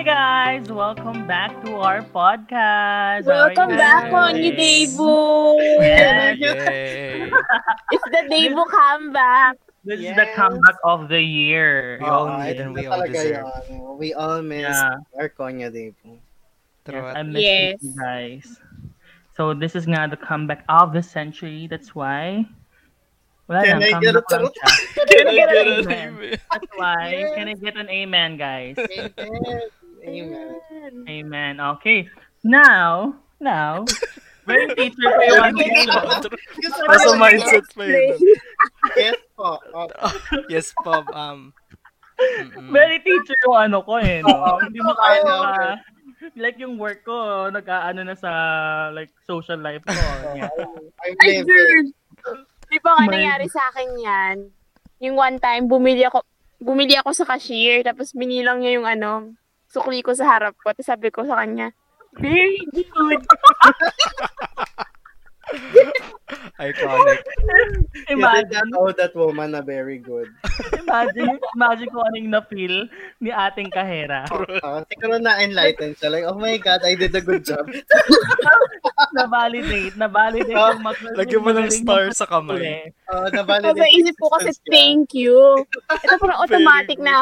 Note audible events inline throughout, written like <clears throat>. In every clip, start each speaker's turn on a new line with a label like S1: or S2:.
S1: guys! Welcome back to our podcast! How are you
S2: Welcome
S1: guys
S2: back,
S1: doing?
S2: Konyi Devo!
S1: Yes.
S3: Yay!
S2: It's the Devo comeback.
S1: This is
S4: Yes.
S1: the comeback of the year.
S3: We all
S4: Oo,
S3: need and
S4: Ah, yun
S3: we
S4: na
S3: all
S4: talaga
S3: deserve.
S4: yun. We all Oh, miss
S1: Yeah.
S4: our Konya Day po.
S3: True.
S1: Yes, I miss
S2: Yes.
S1: you guys. So this is nga the comeback of the century. That's why. Wala
S4: Can
S1: lang,
S4: I get a
S1: comeback lang
S4: charot?
S1: siya.
S3: Can
S1: I get an amen? That's why.
S4: Yes.
S1: Can I get an amen, guys?
S4: Amen. Amen.
S1: Amen. Okay. Now, now, very teacher kayo ang
S3: Nasa mindset pa yun.
S4: Yes po. Okay.
S3: Yes, Bob. Um, mm-mm.
S1: Very teacher yung ano ko eh. No?
S4: Oo.
S3: <laughs>
S1: Hindi mo kaya
S4: Oo.
S1: na- like yung work ko, nag-ano na sa like social life
S3: <laughs>
S1: ko. Yeah.
S4: I'm
S2: Ay,
S4: living.
S2: girl! Di ba nga
S1: My-
S2: nangyari sa akin yan? Yung one time, bumili ako, bumili ako sa cashier, tapos binilang niya yung ano, sukli ko sa harap ko, tapos sabi ko sa kanya, very good.
S3: Iconic.
S4: You did not
S1: Imagine,
S4: know that woman na very good.
S1: imagine, imagine ko anong na-feel ni ating kahera.
S4: Ah, siguro na-enlighten siya. Like, oh my God, I did a good job.
S1: Na-validate, na-validate yung mag-
S3: Oh, Lagyan mo ng
S1: magaling
S3: star
S1: yung
S3: sa kamay.
S1: patuloy.
S4: Oh,
S2: Tapos
S4: na-validate.
S2: naisip ko kasi,
S4: siya.
S2: thank you. Ito
S1: <laughs>
S2: parang automatic
S3: Very
S2: na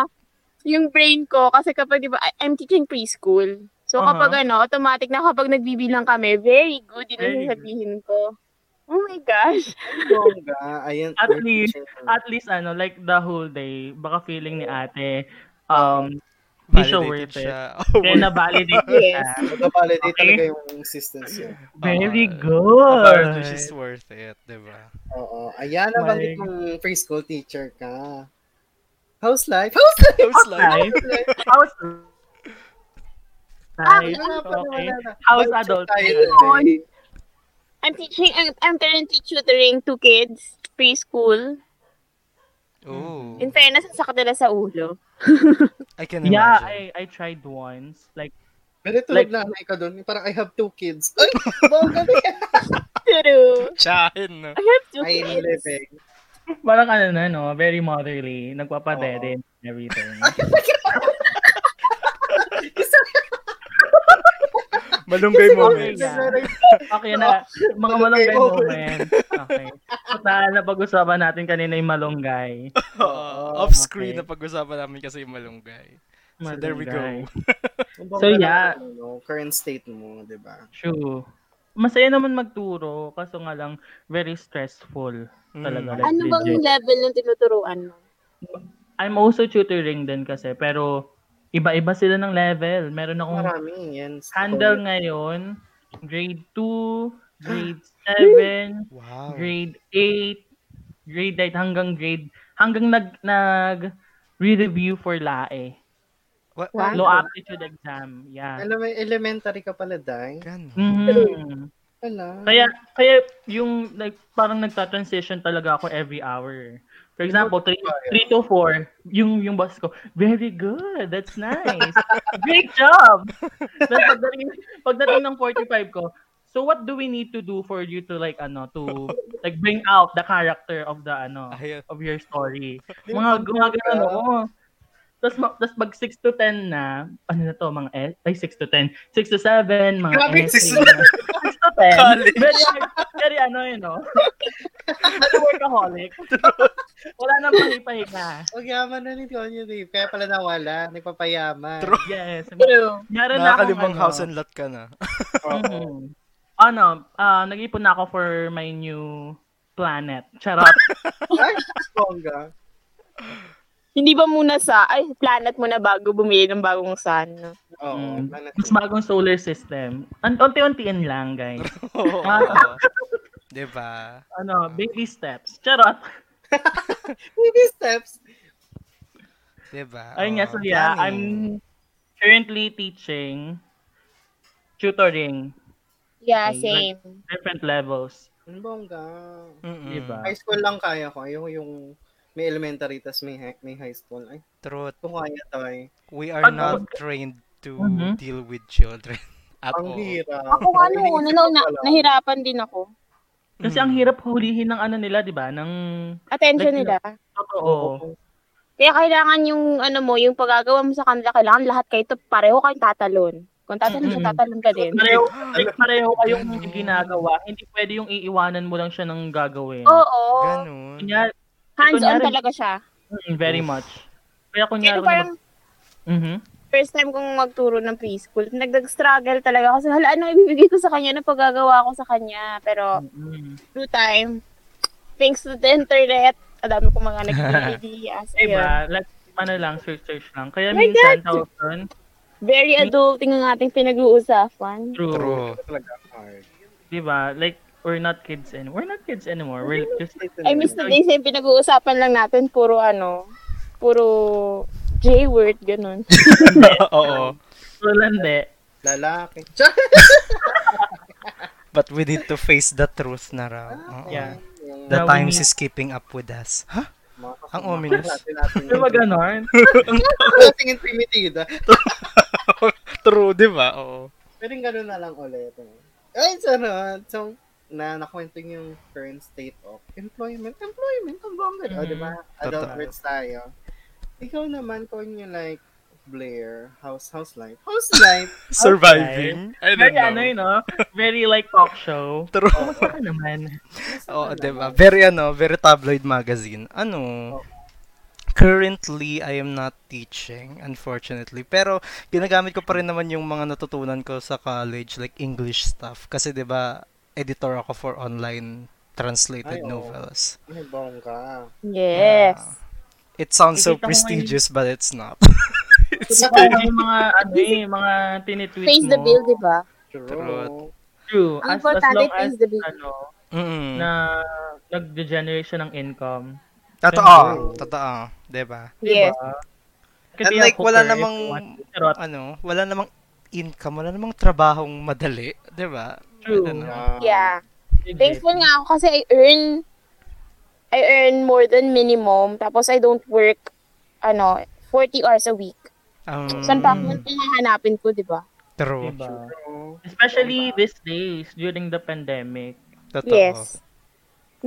S2: yung brain ko, kasi kapag, di ba, I- I'm teaching preschool. So
S1: Uh-huh.
S2: kapag ano, automatic na kapag nagbibilang kami, very good, yun ang
S1: Very good.
S2: sasabihin ko. Oh my gosh.
S4: Bongga. Ayun.
S1: At least-
S4: At
S1: At least ano, like the whole day, baka feeling ni ate, um, Di siya
S3: Validated
S1: worth it.
S3: siya. <laughs>
S1: kaya na-validate niya.
S2: Yes.
S4: validate
S1: Okay.
S4: talaga yung assistance niya.
S1: Very
S3: Ah,
S1: good.
S3: Apparently, she's worth it, di ba?
S4: Oo. Ayan,
S1: My-
S4: nabanggit mong preschool teacher ka. How's life? How's life?
S3: Tapos like,
S1: Life. How's
S2: Ah,
S1: life?
S4: Wala pa,
S1: Okay.
S4: wala na.
S1: How's
S4: Budget
S1: adult?
S4: tayo eh.
S2: Ayun.
S4: today.
S2: I'm teaching, I'm, I'm currently tutoring two kids, preschool.
S3: oh,
S2: In fairness, ang sakit nila sa ulo. <laughs>
S3: I can imagine.
S1: Yeah, I, I tried once. Like,
S4: Pero tulog
S1: Like-
S4: na nanay ka doon. Parang, I have two kids. <laughs> Ay, bongga na yan.
S2: True.
S3: Chahin,
S1: <laughs>
S3: no?
S2: I have two
S4: I'm
S2: kids.
S4: living.
S1: parang ano na, no? Very motherly. Nagpapadede and everything.
S4: <laughs>
S3: Malunggay moments.
S1: Yeah. Okay na. Mga malunggay
S4: Okay, over.
S1: moment. Okay. So, na, napag-usapan natin kanina yung malunggay.
S3: Oo, <laughs> Off-screen
S1: okay.
S3: na pag-usapan namin kasi yung malunggay. So there we
S1: Malunggay.
S3: go.
S4: Bongga
S1: So,
S4: na
S1: yeah.
S4: yung, ano, current state mo, di ba?
S1: True. Masaya naman magturo, kaso nga lang, very stressful. Talaga.
S3: Mm.
S1: Like,
S2: Ano bang
S1: legit.
S2: level ng tinuturuan mo?
S1: I'm also tutoring din kasi, pero iba-iba sila ng level. Meron akong
S4: Marami yan.
S1: Oh. handle ngayon, grade 2, grade 7,
S3: Wow.
S1: grade 8, grade 8 hanggang grade hanggang nag nag review for LAE.
S3: What?
S2: Wow.
S1: Low aptitude exam. Yeah.
S4: Alam mo, elementary ka pala, Day.
S3: Ganun.
S1: Mhm.
S4: Wala.
S1: Kaya kaya yung like parang nagta-transition talaga ako every hour. For example, 3, to 4, yung yung boss ko, very good, that's nice. Great job. Then pagdating, pagdating ng 45 ko, so what do we need to do for you to like ano to like bring out the character of the ano
S3: Ayun.
S1: of your story.
S4: Di
S1: Mga
S4: ba,
S1: gumagano ako. Tapos, ma- tapos pag 6 to 10 na, ano na to, mga S, ay 6 to 10, 6 to 7, mga
S4: Grabe,
S1: S,
S3: 6
S1: <laughs>
S3: to
S1: mga- 6 to 10.
S3: College.
S1: Very, very ano yun, no? Ano workaholic. Wala nang pahipahinga.
S4: Huwag yaman na ni Tonyo, Dave. Kaya pala nawala. Nagpapayaman.
S3: True.
S1: Yes.
S2: True.
S1: Meron na akong
S3: Nakakalimang
S1: ano,
S3: house and lot ka na. <laughs>
S1: mhm. Ano, ah, nag-ipon na ako for my new planet. Charot.
S4: Ay, bongga.
S2: Hindi ba muna sa, ay, planet mo na bago bumili ng bagong sun?
S4: Oo.
S1: Mm.
S4: planet
S1: Mas
S4: mo.
S1: bagong solar system. An- Unti-untiin lang, guys.
S3: Oo.
S1: Ah.
S3: Di ba?
S1: Ano, baby steps. Charot.
S4: Baby steps.
S3: Di ba?
S1: Ayun nga, so
S3: Oo,
S1: yeah,
S3: planning.
S1: I'm currently teaching tutoring,
S2: Yeah,
S1: Okay,
S2: same.
S1: different levels.
S4: Ang Bongga.
S3: Mm-mm.
S1: Di ba?
S4: High school lang kaya ko. Yung, yung may elementary tas may, hi- may high school. Ay,
S3: Truth.
S4: kung kaya to ay.
S3: We are
S1: Ano?
S3: not trained to
S1: Mhm.
S3: deal with children <laughs> at
S4: Ang
S3: all.
S4: hirap.
S2: Ako nga nung
S4: ano
S2: una, nung na,
S4: Wala.
S2: nahirapan din ako.
S1: Kasi
S3: Mm.
S1: ang hirap hulihin ng ano nila, di ba? Ng
S2: Attention
S4: oh,
S1: Like,
S2: nila.
S1: totoo.
S2: Kaya kailangan yung ano mo, yung paggagawa mo sa kanila, kailangan lahat kayo to pareho kayong tatalon. Kung tatalon
S1: Mm-mm.
S2: ka, tatalon ka din.
S1: Pareho, like, pareho kayong ginagawa. Hindi pwede yung iiwanan mo lang siya ng gagawin.
S2: Oo.
S3: Ganun.
S1: Kunya-
S2: Hands-on
S1: Kunyari-
S2: talaga siya.
S1: mm, very much. Kaya kunyari...
S2: Pero parang
S1: Mhm.
S2: first time kong magturo ng preschool, nagdag-struggle talaga kasi hala, ano ibibigay ko sa kanya, ano paggagawa ko sa kanya. Pero
S1: Mhm.
S2: through time, thanks to the internet, ang dami kong mga nag-ideas. ayun.
S1: Diba? Like, ano lang, search-search lang. Kaya
S2: My
S1: minsan,
S2: God!
S1: tawag doon,
S2: Very adulting ang ating pinag-uusapan.
S1: true.
S3: True.
S1: <laughs>
S4: Talaga hard.
S1: Diba? Like, we're not kids anymore. We're not kids anymore. We're just...
S2: I miss the days na yung pinag-uusapan lang natin, puro ano, puro J-word, ganun.
S3: <laughs> Oo.
S1: Well, hindi.
S2: <laughs>
S4: Lalaki.
S3: But we need to face the truth na raw.
S4: Ah,
S3: Oo.
S1: Yeah.
S4: Yung
S1: Now
S3: The
S1: we
S3: times
S1: need-
S3: is keeping up with us. Huh?
S4: mga
S3: Ang
S4: kasama
S3: ominous.
S4: natin, natin
S1: Diba ganon?
S4: yung- Nating intimitida.
S3: True, di ba? Oo.
S4: Pero yung gano'n na lang ulit. eh. Ay, sarap. So, na nakwento yung current state of employment. Employment, ang bongga. O,
S2: Mm-hmm.
S1: Mhm.
S4: di ba?
S3: Totoo.
S4: Adult words tayo. Ikaw naman, kung you like, Blair, house, house life. House
S3: <laughs>
S4: life!
S3: Surviving. I don't
S1: Very ano yun,
S3: know.
S1: no? Very like talk show.
S3: True.
S1: Kumusta ka naman?
S3: Oo, di ba? Very ano, very tabloid magazine. Ano? Currently, I am not teaching, unfortunately. Pero, ginagamit ko pa rin naman yung mga natutunan ko sa college, like English stuff. Kasi, di ba, editor ako for online translated
S4: Ay, oo.
S3: novels.
S4: Ay, bongga.
S2: Yes.
S3: It sounds so
S1: Nakikita ko
S3: prestigious, but it's not.
S1: It's yung mga ano eh, mga tinitweet
S2: Face
S1: mo.
S2: the bill, di ba?
S4: True.
S3: True.
S1: True.
S2: Ang
S1: As, as
S2: importante,
S1: long as,
S2: face the bill.
S1: ano,
S3: Mm.
S1: na nag-degenerate siya ng income.
S3: Totoo. Totoo. Diba?
S2: Yes.
S1: Diba?
S3: And
S1: be a
S3: like, wala
S1: cooker if
S3: namang,
S1: you want to. Charot.
S3: ano, wala namang income, wala namang trabahong madali. Diba?
S1: True.
S3: Ano,
S4: Ah.
S2: Yeah.
S1: oh. Legit.
S2: Thankful nga ako kasi I earn I earn more than minimum tapos I don't work ano 40 hours a week.
S3: Um,
S2: Saan pa ako hinahanapin ko, 'di ba?
S3: True.
S1: Diba?
S4: True.
S1: Especially these days, during the pandemic.
S3: Totoo.
S2: Yes.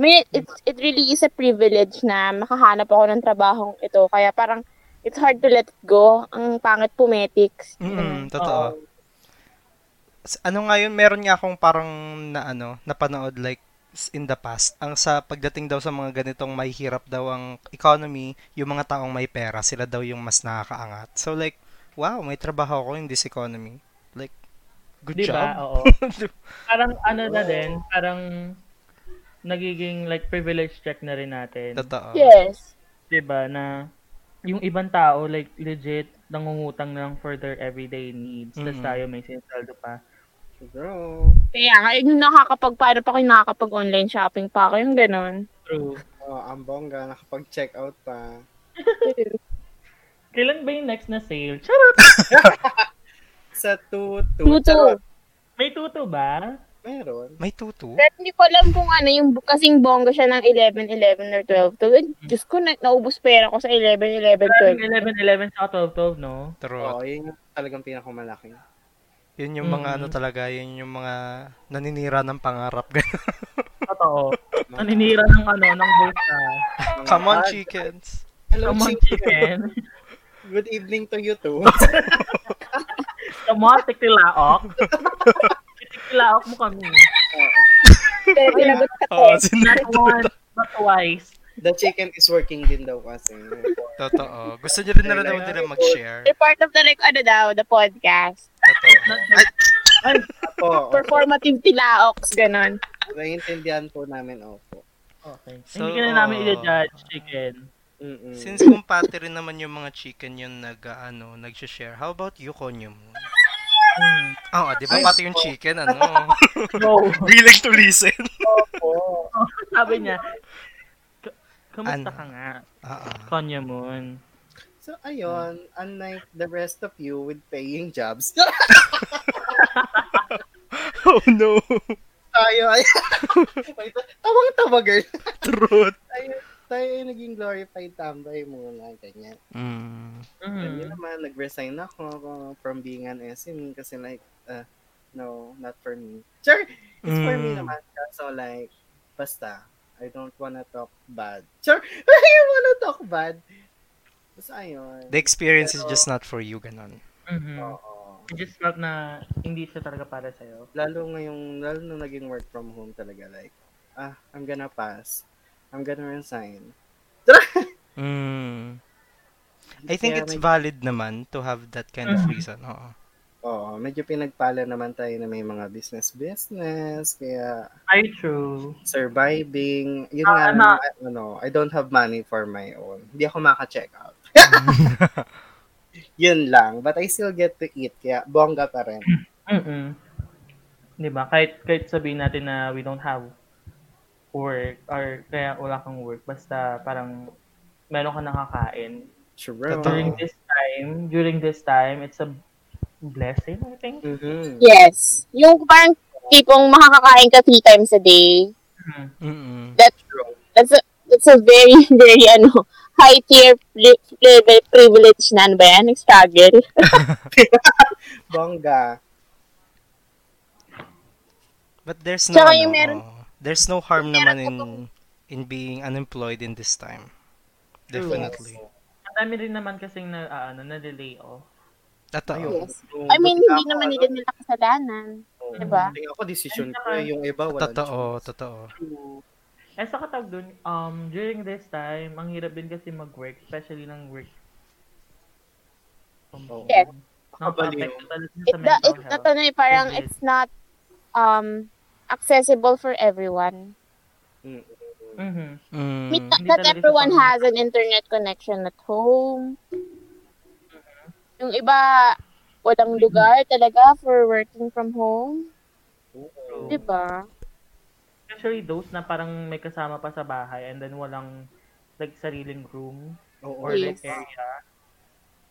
S2: I mean, it, it really is a privilege na makahanap ako ng trabahong ito. Kaya parang, it's hard to let it go. Ang pangit pumetics.
S3: Mm, totoo. S- Ano nga yun, meron nga akong parang na ano, napanood like s- in the past. Ang sa pagdating daw sa mga ganitong may hirap daw ang economy, yung mga taong may pera, sila daw yung mas nakakaangat. So like, wow, may trabaho ako in this economy. Like, good
S1: Di ba?
S3: job. <laughs>
S1: Oo. parang ano na din, parang nagiging like privilege check na rin natin.
S3: Totoo.
S2: Yes.
S1: Di ba? diba, Na yung ibang tao like legit nangungutang lang for their everyday needs. Tapos
S3: Mm.
S1: tayo may sinisweldo pa.
S4: True.
S2: Kaya nga, eh, yung nakakapag, paano pa ako yung nakakapag-online shopping pa ako, yung ganun.
S1: True.
S4: Oh, ang bongga. Nakapag-check out pa.
S1: Kailan ba yung next na sale? Charot!
S4: Sa tutu.
S2: Tutu.
S1: May tuto ba?
S4: Meron.
S3: May tutu?
S2: Pero hindi ko alam kung ano, yung bu- kasing bongga siya ng 11, 11, or 12. 12. Eh, Diyos ko, na, naubos pera ko sa 11,
S1: <laughs>
S2: 11, 12.
S1: 11-11 sa 12-12, no?
S3: True.
S4: Oo, Oh, yun yung talagang pinakamalaki.
S3: Yun yung mga ano talaga, yun yung mga naninira ng pangarap. <laughs>
S1: <laughs> Totoo. Naninira ng ano, ng bulsa.
S3: Come on,
S4: Ah,
S3: chickens.
S4: Hello,
S1: Come on,
S4: chick.
S1: chicken.
S4: Good evening to you
S3: <laughs>
S4: too.
S1: Come on, <laughs> tiktilaok. Tiktilaok mo kami.
S2: Pero tinagot ka
S3: Oo,
S1: Not
S2: eh.
S3: Oh, sino-
S1: once, not twice.
S4: The chicken is working din daw kasi.
S3: Totoo. Gusto niyo rin na daw nila mag-share.
S2: <laughs> You're part of the, like, ano daw, the podcast.
S3: Totoo.
S1: Ay,
S4: Opo, oh, opo.
S2: Performative tilaoks, ganun.
S4: Naiintindihan po namin, opo.
S1: okay.
S3: So,
S1: Hindi ka na namin i-judge, chicken.
S4: Mm-mm.
S3: Since kumpate rin naman yung mga chicken yung nag, ano, nag-share, how about you, Konyo mo?
S1: Hmm.
S3: Oo, di ba pati yung chicken, ano?
S1: No.
S3: <laughs> Willing to listen.
S4: Opo.
S1: <laughs> Sabi niya, "K- kamusta
S3: Ano?
S1: ka nga,
S3: Oo.
S1: Konya Moon?
S4: So, ayun, unlike the rest of you with paying jobs,
S3: <laughs>
S4: <laughs>
S3: Oh no,
S4: tayo
S3: <laughs>
S4: ay... Tawang-tawa, girl.
S3: truth.
S4: Tayo, tayo ay naging glorified tambay muna, ganyan.
S3: Mm.
S4: Mm. Yun
S1: Mm.
S4: naman, nag-resign ako from being an SME kasi like, uh, no, not for me. Sure, it's for me
S3: Mm.
S4: naman. So like, <laughs> basta, I don't wanna talk bad. Sure, I wanna talk bad. Basta ayun.
S3: The experience is just not for you, ganon.
S1: Mhm.
S4: Oo.
S1: You just felt na hindi siya talaga para sa'yo.
S4: Lalo ngayong, lalo nung naging work from home talaga, like, ah, I'm gonna pass. I'm gonna resign.
S3: Mm. I think
S4: Kaya
S3: it's
S4: may-
S3: valid naman to have that kind of
S1: Mhm.
S3: reason. Oo.
S4: Oo, medyo pinagpala naman tayo na may mga business-business, kaya
S1: Ay, true.
S4: surviving. Yun
S1: Ah,
S4: nga,
S1: ano?
S4: I, ano, I don't have money for my own. Hindi ako maka-check
S3: <laughs>
S4: out. Yun lang. But I still get to eat, kaya bongga pa rin.
S3: Hmm.
S1: Mm-mm. Di ba? Kahit, kahit sabihin natin na we don't have work or kaya wala kang work, basta parang meron ka nakakain.
S4: True.
S3: Totoo.
S1: During this time, during this time, it's a blessing, I think.
S4: Mhm.
S2: Yes. Yung parang tipong makakakain ka three times a day.
S3: Mm-mm.
S2: That's a, that's a very, <laughs> very, ano, high tier pri- pri- privilege na ano ba yan? Struggle.
S4: Bongga.
S3: But there's no,
S2: Tsaka
S3: ano,
S2: yung meron-
S3: oo. there's no harm
S2: Meron
S3: naman
S2: pa
S3: in in being unemployed in this time.
S1: True.
S3: Definitely.
S1: Madami rin naman kasing na, ah, ano, na delay off.
S3: Totoo.
S2: Yes. I mean, hindi naman nila nila kasalanan. diba?
S4: Hindi ako decision
S1: And
S4: ko. eh.
S1: saka-
S4: Yung iba, wala.
S3: Totoo, totoo.
S1: Eh, sa katag dun, um, during this time, ang hirap din kasi mag-work, especially ng work. from home.
S2: Yes.
S1: Nakaka-affect
S4: Kabaliw.
S1: talaga siya
S2: It,
S1: sa
S2: da,
S1: mental
S2: it,
S1: health.
S2: ano eh, parang
S1: Yes.
S2: it's not um accessible for everyone.
S1: Mhm.
S2: I mean,
S3: Mm.
S2: not,
S1: Hindi
S2: not
S1: talaga siya
S2: everyone
S1: pang-
S2: has an internet connection at home. Yung iba, walang lugar talaga for working from home.
S4: Oo.
S2: Di ba?
S1: Especially those na parang may kasama pa sa bahay and then walang like sariling room
S4: Oo.
S1: or like
S2: Yes.
S1: area.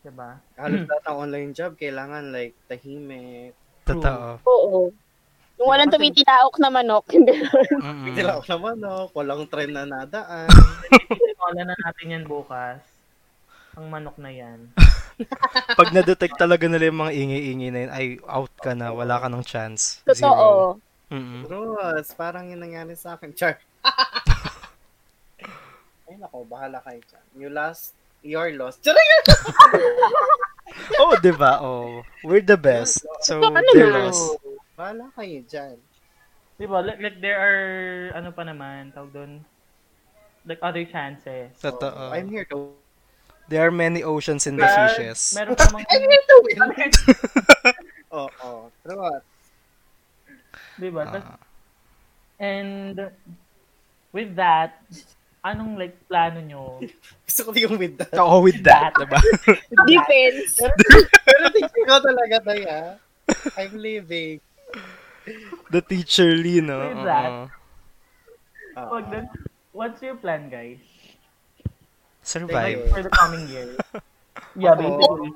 S1: Diba?
S4: Halos lahat ng online job, kailangan like tahimik.
S3: Totoo.
S2: Oo. Yung walang
S1: Kasi-
S2: tumitilaok na manok. <laughs> Ganun.
S3: Mm-mm.
S4: Sila ako naman, no? Walang trend na nadaan.
S1: Pinola na natin yan bukas. Ang manok na yan.
S3: Pag na-detect talaga nila yung mga ingi-ingi na yun, ay, out ka na, wala ka ng chance. Zero.
S2: Totoo.
S3: Mm-mm.
S4: Ross, parang yun nangyari sa akin. Char. Ay, nako, bahala kayo dyan. You lost, your loss. Charing!
S3: <laughs> Oh, di ba? Oh, we're the best. So,
S2: Totoo ano
S3: they're
S2: naman.
S3: lost.
S4: Bahala kayo dyan.
S1: Diba? Like, like there are, ano pa naman, tawag doon, like other chances.
S4: Oh, I'm
S3: Totoo.
S4: here to
S3: There are many oceans in the
S1: Mer-
S3: fishes.
S1: Meron pa mga,
S4: I'm here to win! Oo, oh, oh. Ross.
S1: diba? Tas-
S3: Ah.
S1: and with that, anong like plano nyo?
S4: Gusto ko yung with that.
S3: Oo, with that,
S1: That.
S3: diba?
S2: Depends.
S4: <laughs> Pero tingin ko talaga tayo, ah. I'm leaving.
S3: <laughs> The teacher Lee, no?
S1: With that.
S3: Oo.
S4: Oo.
S1: Wag dun. What's your plan, guys? Like,
S3: Survive.
S1: for the coming year? Yeah,
S4: Ako,
S1: basically.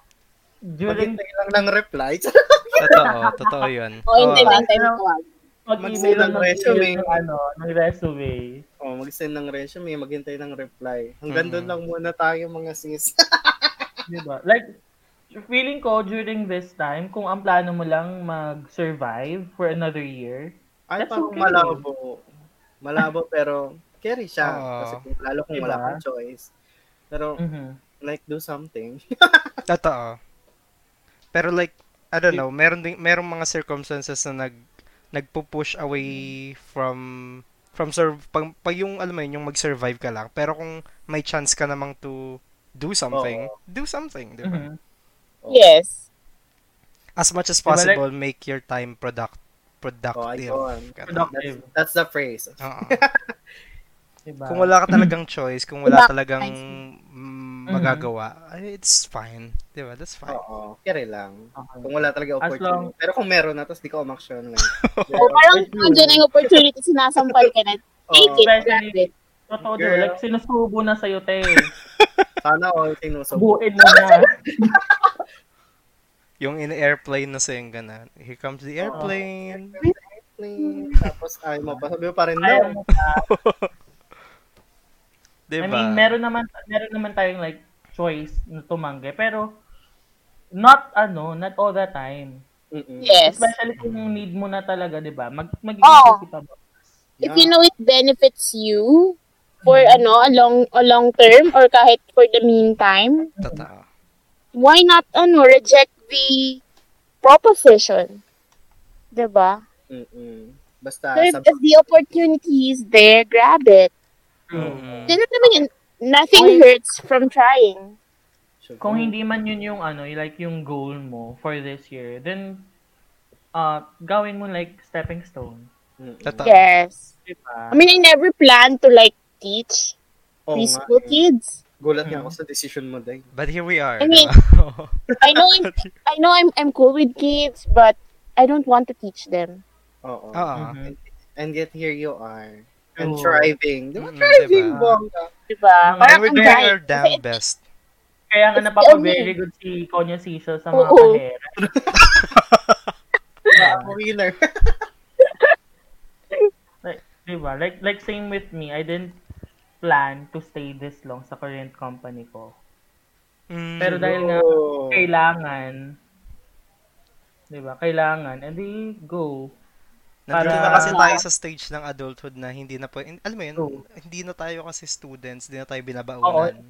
S1: During
S4: Maghintay lang ng reply. <laughs>
S3: Totoo, totoo yun.
S2: O Oh, hindi
S3: Oo.
S2: lang tayo tawag.
S1: mag-email lang
S4: Mag-send ng
S1: ng resume.
S4: resume.
S1: Ng, ano, ng resume.
S4: oh, mag-send ng resume, maghintay ng reply. Hanggang
S3: Mm.
S4: doon lang muna tayo mga sis.
S1: Diba? Like, feeling ko during this time, kung ang plano mo lang mag-survive for another year,
S4: Ay,
S1: That's
S4: parang
S1: okay.
S4: malabo. Malabo <laughs> pero carry siya.
S3: Oo.
S4: Kasi kung- lalo kung wala
S1: Diba?
S4: kang choice.
S3: Mm.
S4: Pero
S1: mhm
S4: like do something. <laughs>
S3: Ah, Totoo. Pero like, I don't know, meron ding merong mga circumstances na nag nagpo-push away from from serve pag, pag yung alam mo yun, yung mag-survive ka lang. Pero kung may chance ka namang to do something, do something, di ba?
S1: Mhm.
S4: Mm-hmm. Oo.
S2: Yes.
S3: As much as
S1: Diba, like-
S3: possible, make your time product
S4: Oo,
S3: productive. Oh,
S4: ayun.
S3: Ganun.
S1: Productive.
S4: That's, Oh, that's the phrase. <laughs>
S3: Oo.
S1: Diba?
S3: Kung wala ka talagang choice, kung wala
S2: Productive.
S3: talagang mm, magagawa, ay, it's fine. Di ba? That's fine.
S4: Mm-hmm. Oo, carry lang.
S1: Okay.
S4: Kung wala talaga
S1: As
S4: opportunity.
S1: long- Oh,
S4: Pero kung meron na, tapos di ka
S3: <laughs>
S4: umaksyon. Like,
S2: O parang nandiyan na yung opportunity, sinasampal ka na. Take it, grab it.
S1: Totoo
S4: Girl.
S1: doon, like, sinusubo na sa'yo, te.
S4: sana all sinusubo.
S1: Buuin mo na.
S3: Yung in-airplane na sayang ganun. Here comes the airplane.
S4: tapos ayaw mo pa. Sabi mo pa rin,
S1: Ayaw mo
S4: no.
S1: na.
S3: Diba?
S1: I mean, meron naman, meron naman tayong, like, choice na tumanggi. Pero, not, ano, not all the time.
S4: Mm-mm.
S2: Yes.
S1: Especially kung need diba? mo na talaga, di ba? Mag, mag
S2: Oo.
S1: ka ba?
S2: If you know it benefits you, for ano, a long, a long term or kahit for the meantime,
S3: Totoo.
S2: why not ano, reject the proposition? 'Di ba?
S4: Mm-mm. Basta,
S2: Sir,
S4: sab-
S2: if the opportunity is there, grab it.
S3: Mm.
S2: Ganun naman yun. Nothing hurts from trying.
S1: Kung hindi man yun yung ano, like yung goal mo for this year, then uh, gawin mo like stepping stone.
S4: Mm-mm.
S3: Totoo.
S2: Yes. I
S1: Diba?
S2: mean, I never planned to like teach
S4: Oo nga,
S2: preschool
S4: eh.
S2: kids.
S4: Gulat nga
S3: Mm.
S4: ako sa decision mo, Day.
S3: But here we are.
S2: I mean-
S3: <laughs> diba?
S2: I know I'm, I know I'm, I'm cool with kids, but I don't want to teach them.
S4: Oo.
S3: Oo.
S1: Mhm.
S4: And yet here you are. And
S1: Oo.
S4: thriving. Di ba?
S3: Mm,
S4: Thriving,
S3: diba?
S4: bongga.
S2: Diba?
S1: Mm,
S3: Mm-hmm. And
S2: Parang
S3: we're
S2: ang
S3: doing our
S2: guy.
S3: damn best.
S1: Kaya nga
S2: It's
S1: napaka-very
S2: only-
S1: good si Konya Sisyo sa mga
S2: Oo.
S1: kahera.
S4: Ang winner.
S1: Diba? Like, like same with me. I didn't plan to stay this long sa current company ko.
S3: Mm.
S1: Pero <laughs> dahil nga,
S4: Oo.
S1: kailangan. Diba? Kailangan. And they go.
S3: Nandito
S1: Para-
S3: na kasi tayo sa stage ng adulthood na hindi na po, alam mo yun,
S1: Oo.
S3: hindi na tayo kasi students, hindi na tayo
S1: Oo.
S3: binabaunan.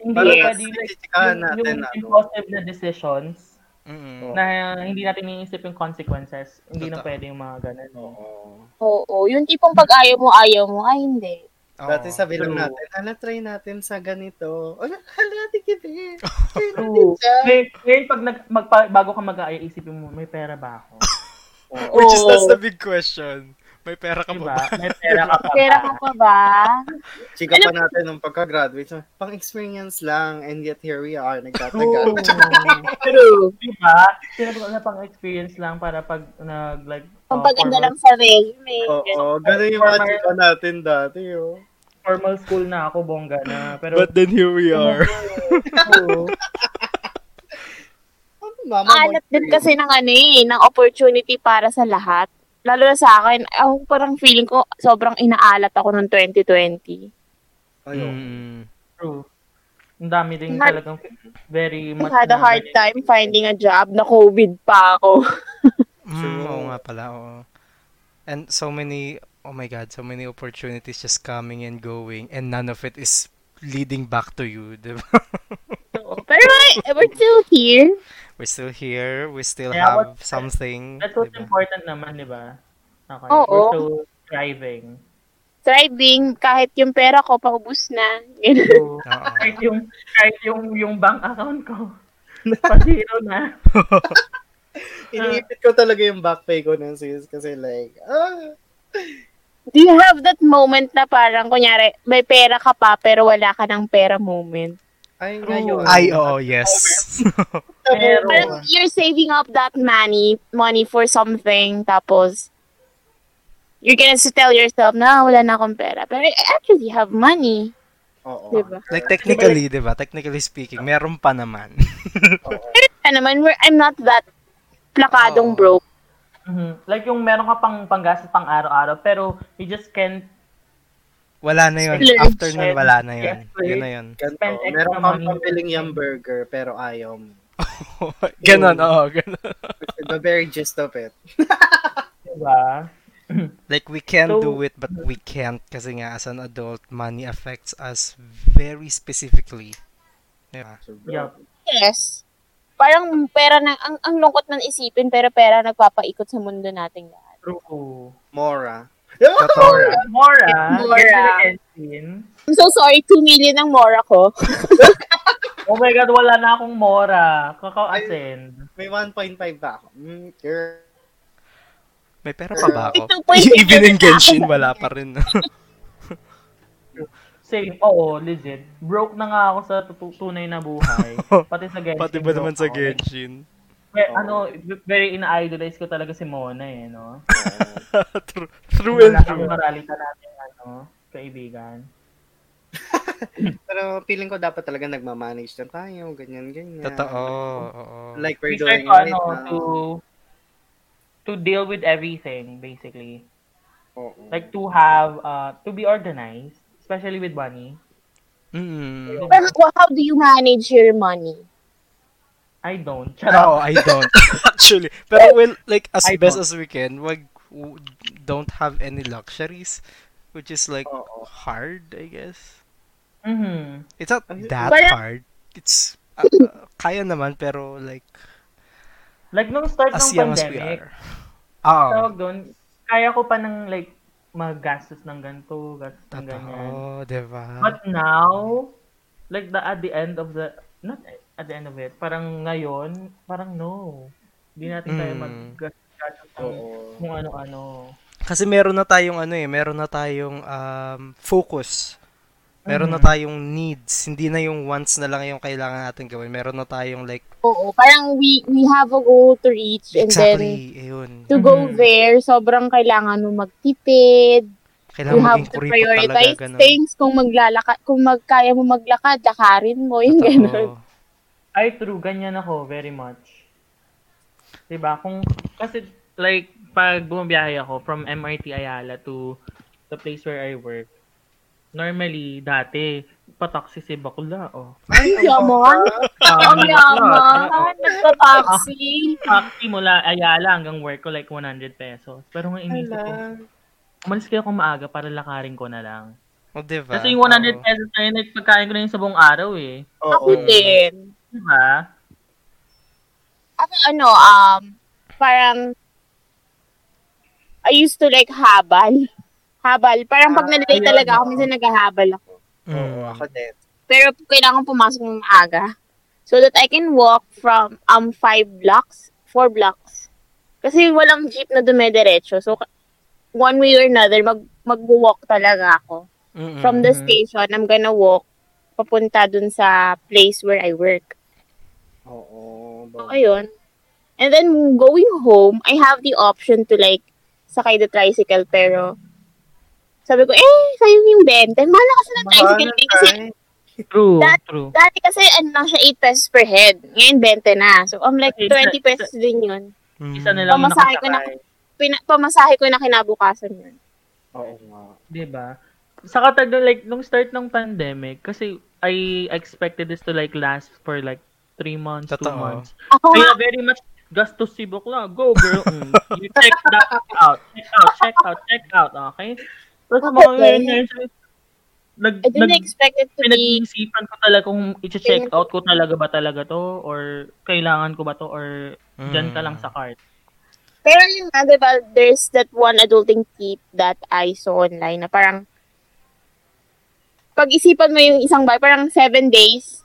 S1: Hindi
S4: Parang
S2: Yes.
S1: pwede like,
S4: nasisikahan
S1: yung,
S4: natin,
S1: yung
S4: ano.
S1: impulsive na decisions
S3: Mm-mm.
S4: Oo.
S1: na hindi natin iniisip yung consequences. Hindi na
S3: Totoo.
S1: pwede yung mga ganun.
S4: Oo.
S2: Oo, yung tipong pag ayaw mo, ayaw mo, ay hindi.
S3: Oo.
S4: Dati sabi lang
S1: True.
S4: natin, hala, try natin sa ganito. Wala, hala, tigil eh. Try natin <laughs>
S1: True.
S4: dyan.
S1: Ngayon, ngayon pag nag, magpa, bago ka mag-aaya, isipin mo, may pera ba ako?
S3: Which is, that's
S2: Oo.
S3: the big question. May pera ka
S1: Diba?
S3: pa ba?
S1: May pera ka pa
S2: <laughs> Pera ka
S1: ba?
S2: pa ba?
S4: Chika pa natin nung pagka-graduate. so, Pang-experience lang, and yet here we are,
S1: Oo.
S4: nagtatagal.
S2: True.
S1: diba? Sinabi ko na pang experience lang para pag nag like
S2: Ang
S1: uh,
S2: paganda
S1: formal,
S2: lang sa resume.
S4: Oo,
S2: ganun.
S4: ganun yung mga chika natin dati, oh.
S1: formal school na ako bongga na. Pero
S3: But then here we are.
S1: Oo.
S4: <laughs> Ano, mama,
S2: Alat din kasi ng ano eh, ng opportunity para sa lahat. Lalo na sa akin, ako parang feeling ko sobrang inaalat ako ng 2020.
S4: Ayun.
S1: True. Ang dami din
S2: Had-
S1: talagang very
S2: I
S1: much.
S2: had a
S1: na-
S2: hard time finding a job na COVID pa ako.
S3: Mm, oo nga pala, oo. And so many, oh my God, so many opportunities just coming and going and none of it is leading back to you, diba?
S2: Pero eh, we're still here.
S3: We're still here, we still
S1: Kaya
S3: have
S1: what-
S3: something,
S1: That's what's
S3: diba?
S1: important naman, di ba? Okay.
S2: Oo.
S1: We're so thriving.
S2: Thriving kahit yung pera ko paubos na. Ganun.
S3: <laughs>
S1: So,
S3: Oo.
S1: kahit yung kahit yung yung bank account ko <laughs> pa-zero na. Ah.
S4: Iniipit ko talaga yung back pay ko ng sis kasi like, ah,
S2: Do you have that moment na parang, kunyari, may pera ka pa pero wala ka ng pera moment?
S4: ay
S1: True.
S4: ngayon.
S3: Ay, oo, yes. <laughs>
S4: Tabo-
S1: Pero-
S2: Parang you're saving up that money, money for something, tapos you're gonna s- tell yourself, na "Ah, wala na akong pera. Pero I actually have money.
S4: Oo.
S2: Diba?
S3: Like technically, 'di ba? Technically speaking, meron pa naman. <laughs>
S2: Kaya naman, we're, I'm not that
S3: Oo.
S2: plakadong broke.
S1: Mhm. Like yung meron ka pang panggastos pang araw-araw pero you just can't
S3: Wala na 'yon.
S2: Splurge.
S3: After nun, wala na 'yon.
S1: Yes,
S3: Yun <laughs> na
S1: <laughs>
S3: 'yon.
S4: Ganito,
S1: Spend extra
S4: meron kang
S1: money.
S4: pambiling yung burger pero ayaw mo.
S3: ganun, oo, ganun.
S4: The very gist of it.
S1: di ba?
S3: Like we can
S1: So-
S3: do it but we can't kasi nga as an adult, money affects us very specifically. Diba?
S4: So,
S1: Yup.
S2: Yes. Parang pera na, ang, ang lungkot ng isipin, pero pera nagpapaikot sa mundo nating lahat.
S1: True.
S4: Mora.
S3: Totoo.
S1: Mora, get
S2: Mora.
S1: to the engine.
S2: I'm so sorry, 2 million ang mora ko. <laughs>
S1: Oh my God, wala na akong Mora. Kakao-ascend.
S4: May 1.5 ba ako? Mm,
S3: <laughs>
S4: girl.
S3: May pera pa ba ako?
S2: Ito po yung-
S3: <laughs> Even in Genshin, wala pa rin.
S1: Same. Oo, legit. Broke na nga ako sa tutu- tunay na
S3: <laughs>
S1: buhay. Pati sa Genshin.
S3: <laughs> Pati ba
S1: broke
S3: naman sa
S1: ako.
S3: Genshin? <laughs>
S1: Well, ano, very ina-idolize ko talaga si Mona eh, no?
S3: true, true and
S1: Wala kang
S3: true.
S1: marali ka natin, ano, kaibigan.
S4: Pero feeling ko dapat talaga nagmamanage na tayo, ganyan, ganyan.
S3: Totoo. oo.
S4: Like we're
S1: We
S4: doing
S1: try to,
S4: right
S1: ano, to,
S4: now.
S1: to deal with everything, basically.
S4: Oo.
S1: Like, to have, uh, to be organized, especially with Bunny. <laughs>
S3: Mm.
S2: Pero how- how do you manage your money?
S1: I don't. Shut up.
S3: No, I don't <laughs> actually. Pero well, like as
S1: I
S3: best
S1: don't.
S3: as we can, wag w- don't have any luxuries. which is like
S1: Oh.
S4: Oo.
S3: hard, I guess.
S1: Mhm.
S3: It's not
S4: Ang-
S3: that
S2: Kaya-
S3: hard. It's uh, uh, kaya naman pero like
S1: Like, nung start
S3: as
S1: ng
S3: young as we
S1: pandemic,
S3: are. Oo.
S1: tawag doon, kaya ko pa ng, like, maggastos ng ganito, gastos ng ganyan.
S3: Totoo, diba?
S1: But now, like, the, at the end of the, not at the end of it, parang ngayon, parang no. Hindi natin tayo
S3: Mm.
S1: maggastos ng
S4: Oo.
S1: kung ano-ano.
S3: Kasi meron na tayong ano eh, meron na tayong um, focus. Meron na
S1: Mhm.
S3: tayong needs. Hindi na yung wants na lang yung kailangan natin gawin. Meron na tayong like,
S2: Oo, parang we we have a goal to reach and then
S3: exactly, Mm-hmm. ayun.
S2: to go
S1: Mhm.
S2: there, sobrang kailangan mo magtipid.
S3: Kailangan
S2: you have
S3: maging
S2: to
S3: kuripot talaga.
S2: prioritize
S3: Ganun.
S2: things. Kung maglalakad, kung magkaya mo maglakad, lakarin mo. Yung
S3: Totoo.
S2: ganun.
S1: Ay, true. Ganyan ako, very much. Diba? Kung, kasi, like, pag bumabiyahe ako from MRT Ayala to the place where I work, normally, dati, pataksi si Bakla, oh.
S2: Ay, yaman.
S1: Ah, bakla,
S2: Ang yaman.
S1: ah,
S2: Nagpa-taxi.
S1: oh. Taxi mula Ayala hanggang work ko, like, 100 pesos. Pero nga inisip ko,
S4: Ala.
S1: umalis kaya ako maaga para lakarin ko na lang.
S3: O, diba?
S1: Kasi yung 100
S3: Oo.
S1: pesos na yun, like, pagkain ko na yun sa buong araw, eh.
S2: Ako
S4: Oo.
S2: din.
S1: Diba?
S2: Ako ano, um, parang, I used to like habal. Habal. Parang pag
S4: Ah,
S2: nalilate
S1: ayun,
S2: talaga ako,
S4: oo.
S2: minsan naghahabal ako.
S4: Oo,
S3: Mm.
S4: ako din.
S2: Pero kailangan pumasok ng maaga. So that I can walk from um five blocks, four blocks. Kasi walang jeep na dumediretso. So ka- one way or another, mag mag-walk talaga ako.
S3: Mm-mm.
S2: From the
S1: Mhm.
S2: station, I'm gonna walk papunta dun sa place where I work.
S4: Oo.
S2: So, ayun. And then, going home, I have the option to like, sakay the tricycle, pero sabi ko, eh, sayang yung 20. Mahal ako sa ng tricycle fee kasi
S1: True,
S2: That-
S1: true.
S2: Dati kasi ano lang siya 8 pesos per head. Ngayon 20 na. So I'm like
S1: Okay,
S2: 20
S1: isa-
S2: pesos din 'yun.
S3: Mm.
S1: Isa na lang yung
S2: Pamasahe ko na
S1: nakasakay.
S2: pina, pamasahe ko na kinabukasan 'yun.
S4: Oo nga.
S1: Diba? Sa katag like, nung start ng pandemic, kasi I expected this to like last for like three months, two
S3: Totoo.
S1: months.
S2: Ako nga
S1: Kaya very much gastos si Bukla. Go, girl.
S2: <laughs>
S1: Mm. You check that out. Check out, check out, check out. Okay? Tapos
S2: Ako
S1: mga
S2: din.
S1: ngayon, ngayon, sa- nag,
S2: I didn't
S1: nag,
S2: expect it to be
S1: pinag-iisipan ko talaga kung i-check out ko talaga ba talaga to or kailangan ko ba to or dyan ka lang sa cart.
S2: Pero yun nga, di ba, there's that one adulting tip that I saw online na parang pag-isipan mo yung isang bagay, parang seven days,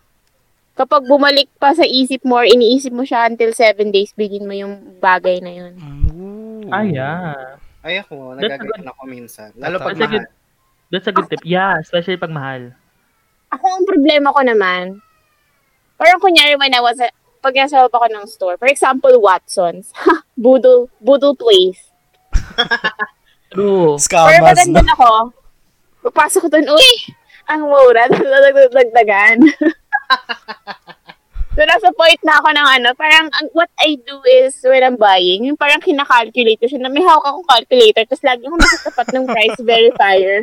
S2: kapag bumalik pa sa isip mo or iniisip mo siya until seven days, begin mo yung bagay na yun.
S3: Mm.
S1: Ah, yeah.
S4: Ay ako,
S1: That's a
S4: nagaganyan ako minsan. Lalo
S3: That's
S4: pag
S3: a
S1: good-
S4: mahal.
S1: That's a good tip. Yeah, especially pag mahal.
S2: Ako, ang problema ko naman, parang kunyari when I was, a- pag nasa loob ako ng store, for example, Watson's, <laughs> Boodle, Boodle Place.
S1: True.
S2: Pero pag
S3: Scammers, no?
S2: nandun ako, papasok ko dun, uy, ang mura, <laughs> dagdagan. <laughs> so, nasa point na ako ng ano, parang ang, what I do is when I'm buying, yung parang kinakalculate ko siya, na may hawak akong calculator, tapos lagi akong nasa tapat ng price verifier.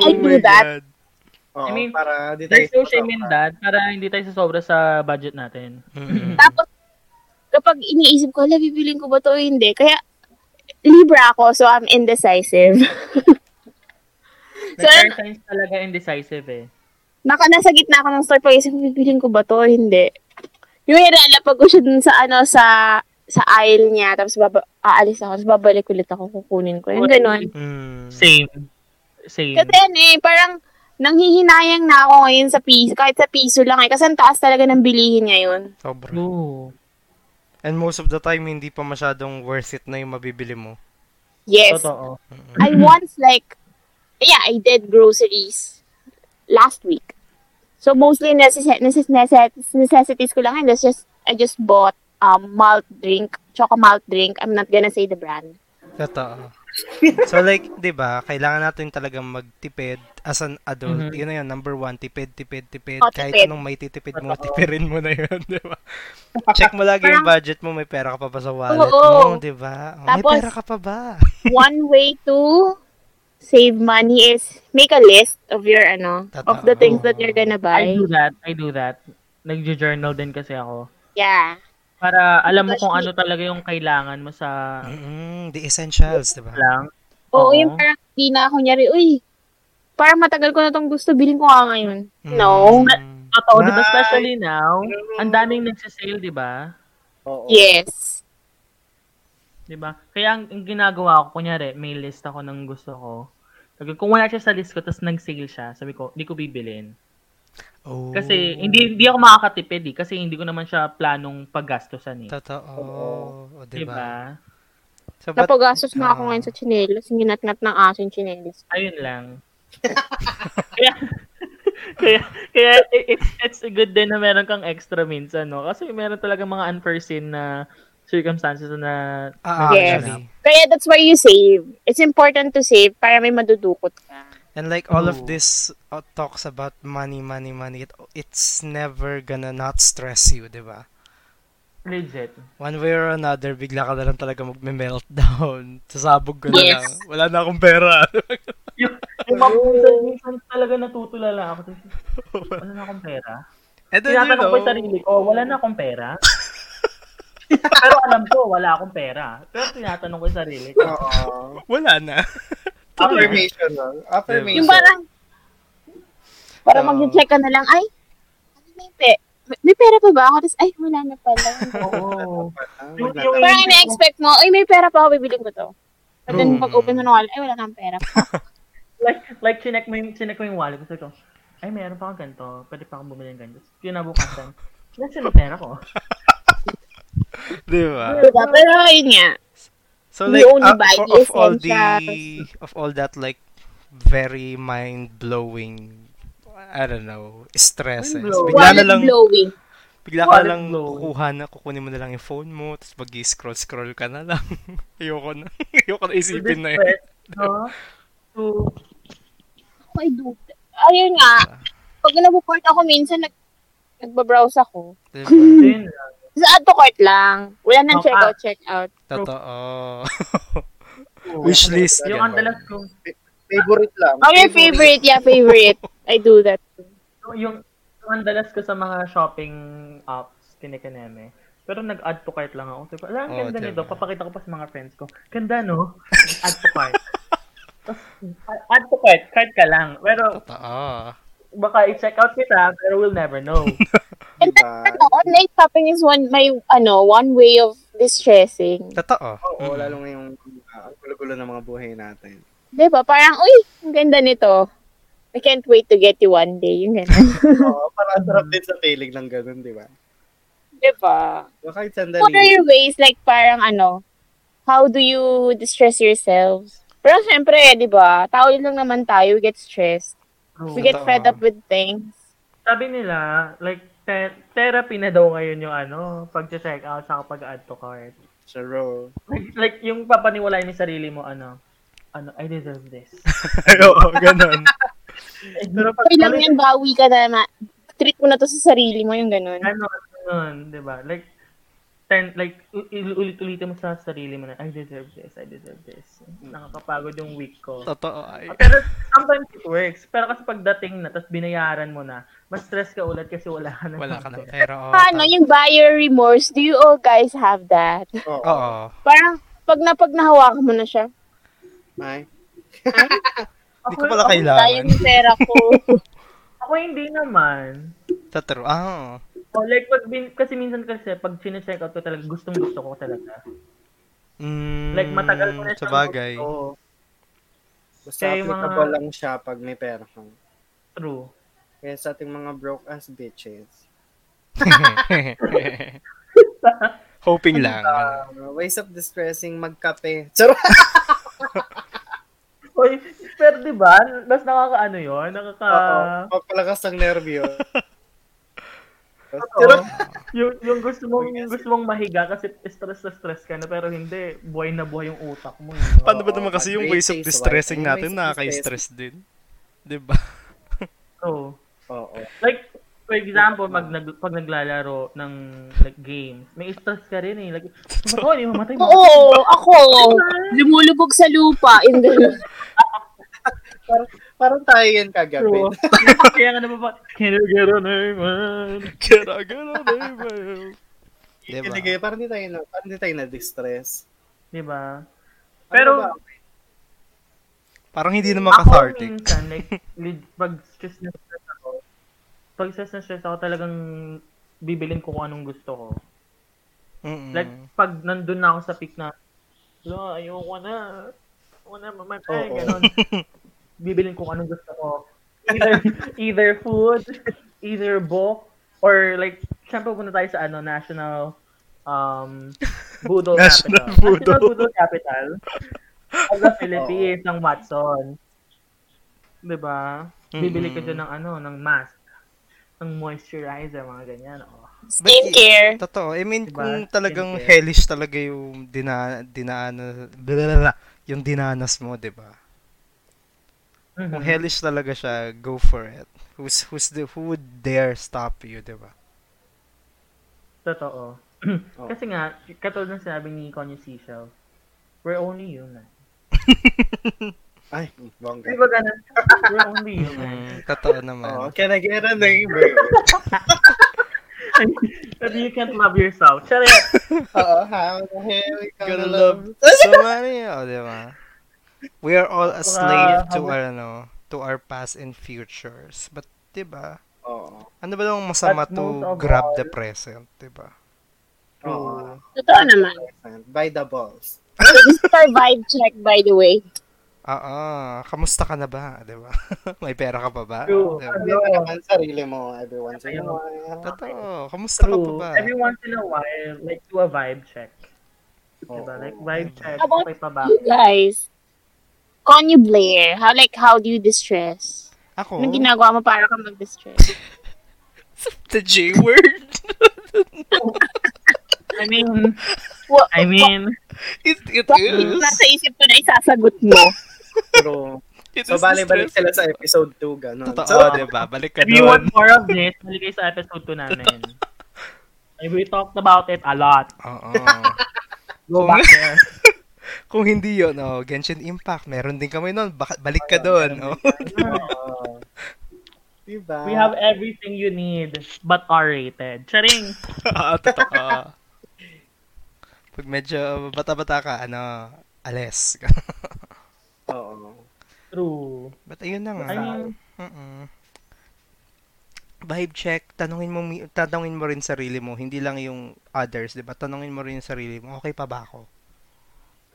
S3: Oh
S2: I do that.
S4: Oo,
S1: Mm. I mean,
S4: para di tayo
S1: There's no shame in
S4: sasama.
S1: that para hindi tayo sasobra sa budget natin.
S3: Mm.
S2: Tapos, kapag iniisip ko, ala, bibiling ko ba to o hindi? Kaya, Libra ako, so I'm indecisive. <laughs> so,
S1: Like, so, times talaga indecisive eh.
S2: naka, nasa gitna ako ng store, pag-isip ko, bibiling ko ba to o hindi? Yung ilalapag ko siya dun sa, ano, sa, sa aisle niya, tapos baba, aalis ako, tapos babalik ulit ako, kukunin ko. Yung ganun.
S3: Mm.
S1: Same. Same.
S2: Kasi ano eh, parang, nanghihinayang na ako ngayon sa piso, kahit sa piso lang eh, kasi ang taas talaga ng bilihin ngayon.
S3: Sobra.
S1: True.
S3: And most of the time, hindi pa masyadong worth it na yung mabibili mo.
S2: Yes.
S1: Totoo.
S2: I once like yeah, I did groceries last week. So mostly necess- necess- necess- necessities ko lang and that's just I just bought um malt drink, choco malt drink. I'm not gonna say the brand. <laughs>
S3: Totoo. so like, 'di ba, kailangan natin talagang magtipid as an adult.
S1: Mhm.
S3: Yun na yun, number one, tipid, tipid, tipid.
S2: Mm-hmm. Oh,
S3: Kahit
S2: tipid.
S3: anong may titipid mo,
S1: Totoo.
S3: tipirin mo na yun, 'di
S2: <laughs>
S3: ba? Check mo lagi yung budget mo, may pera ka pa ba sa wallet
S2: Oo.
S3: mo, 'di ba? Oh,
S2: Tapos-
S3: may pera ka pa ba?
S2: One way to save money is make a list of your ano of the things that you're
S1: I
S2: gonna buy.
S1: do that. I do that. Nag-journal din kasi ako.
S2: Yeah.
S1: Para alam mo kung ano
S2: Especially-
S1: talaga yung kailangan mo sa
S3: Mm, the essentials, 'di ba?
S1: lang.
S2: Oo,
S1: Oo.
S2: Oh, yung parang hindi na ako nyari, uy, parang matagal ko na tong gusto, bilhin ko nga ngayon. <laughs> No.
S3: Mm.
S1: Totoo, di ba?
S4: Nice.
S1: Especially now, ang daming nagsisale, di ba?
S4: Oo.
S2: Yes.
S1: Di ba? Kaya ang, ang ginagawa ko, kunyari, may list ako ng gusto ko. Sabi ko, Kung wala siya sa list ko, tapos nag-sale siya, sabi ko, hindi ko bibilin.
S3: Oh.
S1: Kasi hindi hindi ako makakatipid eh, kasi hindi ko naman siya planong paggastusan eh.
S3: Totoo. O,
S1: Di
S3: diba?
S1: ba?
S3: So, ba't-
S2: Napagastos na
S3: Oo.
S2: ako ngayon sa chinelas. Yung ginatnat ng aso yung chinelas.
S1: Ayun lang. <laughs> kaya, kaya, kaya i- it's, it's good din na meron kang extra minsan, no? Kasi meron talaga mga unforeseen na circumstances na
S3: Ah,
S2: Yes.
S3: actually.
S2: Kaya that's why you save. It's important to save para may madudukot ka.
S3: And like all
S2: Oh.
S3: of
S1: Ooh.
S3: this uh, talks about money, money, money, it, it's never gonna not stress you, di ba?
S1: legit.
S3: One way or another, bigla ka na lang talaga magme-meltdown. <laughs> Sasabog ko na
S2: Yes.
S3: lang. Wala na akong pera. <laughs>
S1: Yung mga minsan, minsan talaga natutulala ako. Tapos, Wala na akong pera.
S3: And then, you
S1: Tinatanong
S3: know,
S1: ko yung sarili ko, wala na akong
S3: <laughs>
S1: pera. Pero alam ko, wala akong pera. Pero tinatanong ko yung sarili
S3: <laughs>
S1: ko.
S4: Oo.
S3: wala na. <laughs>
S4: Affirmation lang. Affirmation.
S2: Yung parang, parang
S3: Oo.
S2: mag-check ka na lang, ay, ano may, pe- may pera pa ba ako? Tapos, ay, wala na pala. <laughs>
S1: Oo.
S4: Ah,
S1: Yung-
S4: wala.
S1: yung-
S2: parang ina-expect mo, ay, may pera pa ako, bibiling ko to. But then,
S3: True.
S2: pag-open mo ng wallet, ay, wala kang pera.
S1: like, like, chinek mo yung, chinek mo yung wallet. Gusto ko, ay, meron pa akong ganito. Pwede pa akong bumili ng ganito. Kinabukasan, nasaan yung pera ko?
S3: Di ba?
S2: Diba? Pero, yun nga.
S3: So
S2: We
S3: like,
S2: only
S3: uh,
S2: buy
S3: for-
S2: the
S3: of all the,
S2: essentials.
S3: of all that like, very mind-blowing, I don't know, stress. eh.
S1: Mind-blowing.
S3: Bigla na lang,
S2: blowing.
S3: Bigla ka
S1: Wallet
S3: lang
S1: blow.
S3: kukuha na, kukunin mo na lang yung phone mo, tapos mag scroll scroll ka na lang. <laughs> Ayoko na. <laughs> Ayoko na isipin na yun.
S1: Distress,
S3: <laughs>
S1: no? So,
S2: Ako, I do. Ayun nga. Pag nabuport ako, minsan nag nagbabrowse ako.
S3: Diba?
S1: yun lang.
S2: Sa add to cart lang. Wala nang
S1: Okay.
S2: checkout, checkout.
S3: Totoo. <laughs>
S1: Oo.
S3: Wishlist.
S1: Yung ang dalas kong,
S4: Favorite lang.
S2: Okay, favorite. Yeah, favorite. I do that.
S1: yung, yung ang dalas ko sa mga shopping apps, kinikineme. Pero nag-add to cart lang ako. Sabi ko, Ala, ang
S3: Oo,
S1: ganda
S3: diba?
S1: nito. Papakita ko pa sa mga friends ko. Ganda, no? add to cart. Tapos, add to cart. Cart ka lang. Pero,
S3: Totoo.
S1: baka i-check out kita, pero we'll never know.
S2: And
S4: Diba?
S2: then, ano, online shopping is one, my, ano, one way of distressing.
S3: <laughs> Totoo.
S1: Oh.
S4: Oo, lalo ngayong ah, ang gulo-gulo ng mga buhay
S1: <laughs>
S4: natin.
S2: Di ba? Diba? Parang, uy, ang ganda nito. I can't wait to get you one day. Yung ganda.
S4: Oo, parang sarap din sa feeling ng ganun, di ba?
S2: Di ba?
S4: So, kahit sandali.
S2: Diba? What are your ways? Like, parang ano, how do you distress yourselves? Pero syempre, di ba? Tao lang naman tayo, we get stressed. We get
S3: Totoo.
S2: fed up with things.
S1: Sabi nila, like, te- therapy na daw ngayon yung ano, pag-check out sa pag-add to cart.
S4: Charo.
S1: Like, like, yung papaniwalaan ni sarili mo, ano, ano, I deserve this.
S3: Oo, ganun.
S1: Pero pag
S2: Okay lang yan, bawi ka na, ma- treat mo na to sa sarili mo, yung ganun.
S1: ano, ganun, di ba? Like, ten, like, u- il- ulit-ulitin mo sa sarili mo na, I deserve this, I deserve this. Nakakapagod yung week ko.
S3: Totoo. Ay.
S1: Pero sometimes it works. Pero kasi pagdating na, tapos binayaran mo na, mas stress ka ulit kasi wala ka na.
S3: Wala ka ng pera. Oo.
S2: Paano,
S3: tama.
S2: yung buyer remorse, do you all guys have that?
S4: Oo.
S3: Oo.
S2: Parang, pag na pag nahawakan mo na siya,
S4: May.
S3: Hindi ko pala
S2: sayang
S3: kailangan.
S2: yung pera ko. <laughs>
S1: Ako hindi naman.
S3: Totoo. Ah.
S1: Oh, like, pag, bin- kasi minsan kasi, pag chine-check out ko talaga, gustong gusto ko talaga.
S3: Mm,
S1: Like, matagal ko na
S3: Sa bagay.
S1: gusto.
S4: Basta
S1: Kaya yung mga-
S4: applicable lang siya pag may pera kang.
S1: True.
S4: Kaya sa ating mga broke ass bitches.
S3: <laughs> Hoping lang.
S4: Uh, ways of distressing magkape. Charo.
S1: Oy, pero di ba? Mas nakakaano yun? Nakaka...
S4: Oo.
S1: Ah.
S4: Papalakas ng
S1: <laughs>
S4: nervyo.
S1: Totoo.
S4: Charo.
S1: <laughs> yung, yung gusto mong, yung gusto mong mahiga kasi stress na stress ka na pero hindi, buhay na buhay yung utak mo. eh, no?
S3: Paano ba
S4: Oo,
S3: naman kasi yung
S4: pag
S3: ways of
S4: ways of
S3: distressing
S4: distressing,
S3: natin
S4: ways of
S3: nakaka-stress din? Diba?
S1: So,
S4: Oo.
S1: like, for example, pag, nag, pag naglalaro ng like, game, may stress ka rin eh. Like, oh, hindi mamatay mo.
S2: <laughs> Oo, ako, lumulubog sa lupa, yung ganun.
S4: Parang tayo yan kagabi. <laughs>
S1: True. <laughs> Kaya nga naman, can you get on her, man?
S3: <laughs> Kira, eh, gano'n, Diba?
S4: Hindi kayo,
S1: Diba?
S4: parang di tayo, na, parang di tayo na-distress.
S1: Di ba?
S4: Ano
S1: Pero,
S4: ba?
S3: Parang hindi naman cathartic.
S1: Ako minsan, like, lid- pag stress na stress ako, pag stress na stress ako, talagang bibilin ko kung anong gusto ko.
S3: Mm-mm.
S1: Like, pag nandun na ako sa peak na, lo, ayoko na. Ayoko na, mamatay,
S4: Oo.
S3: <laughs>
S1: ganun. Bibilin ko kung anong gusto ko. Either, either food, either book, or like, syempre pupunta tayo sa ano, National um, Budol
S3: <laughs> National
S1: Capital.
S3: Budol.
S1: National Budol Capital of
S3: <laughs>
S1: the Philippines, ng Watson. Diba? Bibili ka
S3: Mm-mm.
S1: dyan ng ano, ng mask, ng moisturizer, mga ganyan. Oh.
S2: Skincare.
S3: Totoo. I mean,
S1: Diba?
S3: kung talagang
S1: Skincare.
S3: hellish talaga yung dina, dinaanas, blablabla, yung dinanas mo, di ba? Kung
S1: Mhm.
S3: hellish talaga siya, go for it. Who's, who's the, who would dare stop you, diba? di ba?
S1: <clears throat> Totoo. Kasi nga, katulad ng sinabi ni Kanye Seashell, we're only human.
S4: Ay,
S1: Di
S4: bongga.
S1: ba ganun? <laughs> we're only human.
S3: Mm, totoo
S4: Oh,
S3: naman.
S4: can I get a neighbor?
S1: <laughs> But you can't love yourself. Sorry.
S4: Oo, how the hell we
S3: Gonna
S4: gonna
S3: love
S4: love?
S3: somebody, oh, di ba? We are all a slave to
S1: habang-
S3: our, ano, to our past and futures. But, di ba?
S4: Oo.
S3: Ano ba namang masama
S1: But most
S3: to
S1: of
S3: grab
S1: all-
S3: the present, diba? di ba?
S4: Oo.
S2: Totoo naman.
S4: By the balls.
S2: Survive check, by the way.
S3: Ah, ah, kamusta ka na ba, di ba? <laughs> May pera ka pa ba? diba?
S1: True.
S3: Di ba?
S4: Hindi mo naman sarili mo every once in a while.
S3: Totoo. Kamusta ka pa
S1: True.
S3: ba?
S1: Every once in a while, like, do a vibe check. Diba?
S4: Oo.
S1: Like, vibe check.
S2: About-
S1: Okay pa ba?
S2: You guys, Kanye Blair, how like how do you distress?
S3: Ako?
S2: Anong ginagawa mo para ka mag-distress?
S3: The J word? <laughs>
S1: I mean,
S2: Well,
S1: I mean,
S3: It, it
S2: Nasa isip ko na isasagot mo.
S4: True.
S3: It
S4: So, balik-balik sila sa episode 2, gano'n.
S3: Totoo,
S4: So,
S3: di ba? Balik ka
S1: if you want
S3: doon.
S1: more of this, maligay sa episode 2 namin. And we talked about it a lot.
S3: Oo. <laughs>
S1: Go <laughs> back there.
S3: Kung hindi yun, oh, Genshin Impact, meron din kami nun. Baka- balik ka doon. Oh.
S4: oo. Diba?
S1: We have everything you need, but R-rated. Charing!
S3: <laughs> Oo, Totoo. Pag medyo bata-bata ka, ano, ales.
S4: Oo.
S1: True.
S3: <laughs> But ayun na nga.
S1: I mean,
S3: Mm-mm. Vibe check, tanungin mo mi- tatanungin mo rin sarili mo, hindi lang yung others, 'di ba? Tanungin mo rin yung sarili mo, okay pa ba ako?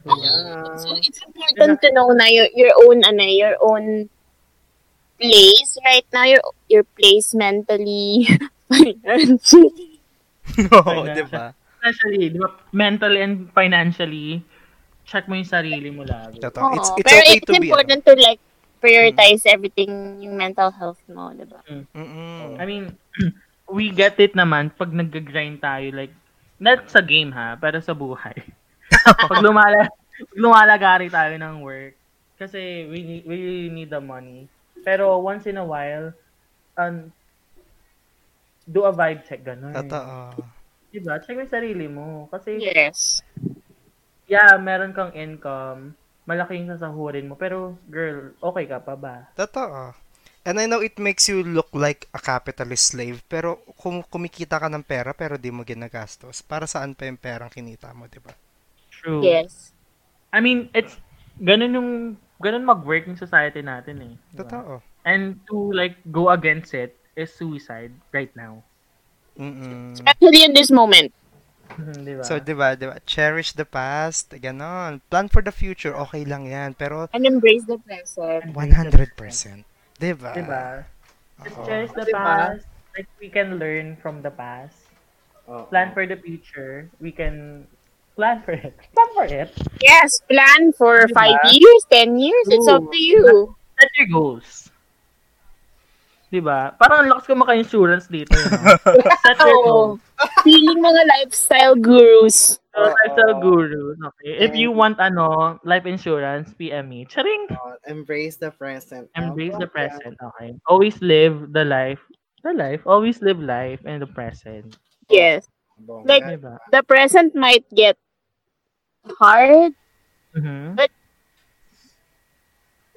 S4: Yeah.
S3: Mm.
S2: So it's important to know na your, your own ano, eh, your own place right now, your your place mentally, financially.
S3: <laughs> Oo,
S1: Wala.
S3: 'di ba?
S1: Especially, di ba, mentally and financially, check mo yung sarili mo lagi.
S3: Totoo. It's
S2: Oo,
S3: it's
S2: Pero
S3: okay
S2: it's
S3: to be. ano. Mm.
S2: important to like prioritize everything yung mental health mo, di ba?
S3: Mm-mm.
S1: I mean, <clears throat> we get it naman pag nag-grind tayo, like, not sa game ha, pero sa
S3: <laughs>
S1: buhay. pag, lumala, pag lumalagari tayo ng work, kasi we, need- we need the money. Pero once in a while, um, do a vibe check, ganun.
S3: Totoo.
S1: Diba? Check mo yung sarili mo. Kasi,
S2: Yes.
S1: yeah, meron kang income, malaki yung sasahurin mo, pero girl, okay ka pa ba?
S3: Totoo. And I know it makes you look like a capitalist slave, pero kum- kumikita ka ng pera pero di mo ginagastos. Para saan pa yung perang kinita mo, 'di ba? Mm.
S1: True.
S2: Yes.
S1: I mean, it's, ganun yung, ganun mag-work yung society natin eh. Diba?
S3: Totoo.
S1: And to like go against it is suicide right now.
S3: Mm-mm.
S2: Especially in this moment.
S1: Di ba?
S3: So, di ba, di ba? Cherish the past, ganon. Plan for the future, okay lang yan. Pero,
S2: And embrace the present.
S3: 100%. Di ba?
S1: Di ba? Diba? Just
S3: Oo.
S1: cherish the
S2: Diba?
S4: Di ba?
S1: past. Like we can learn from the past.
S4: Oo.
S1: Plan for the future. We can plan for it. <laughs> Plan for it.
S2: Yes, plan for
S1: Diba?
S2: five years, ten years. It's up to you.
S1: Set your goals. Di ba? Diba? Parang ang lakas ko maka-insurance dito. You know? Set your
S2: Oo.
S1: goals.
S2: Feeling mga lifestyle gurus.
S1: So, lifestyle
S4: Oo.
S1: guru. Okay. If you want ano, life insurance, PM me. Charing!
S4: Uh, embrace the present.
S1: Embrace
S4: Ah,
S1: the
S4: yeah.
S1: present, okay? Always live the life, the life. Always live life in the present.
S3: Oh.
S2: Yes.
S4: Bongga.
S2: Like-
S1: Diba?
S2: The present might get hard.
S1: Mhm.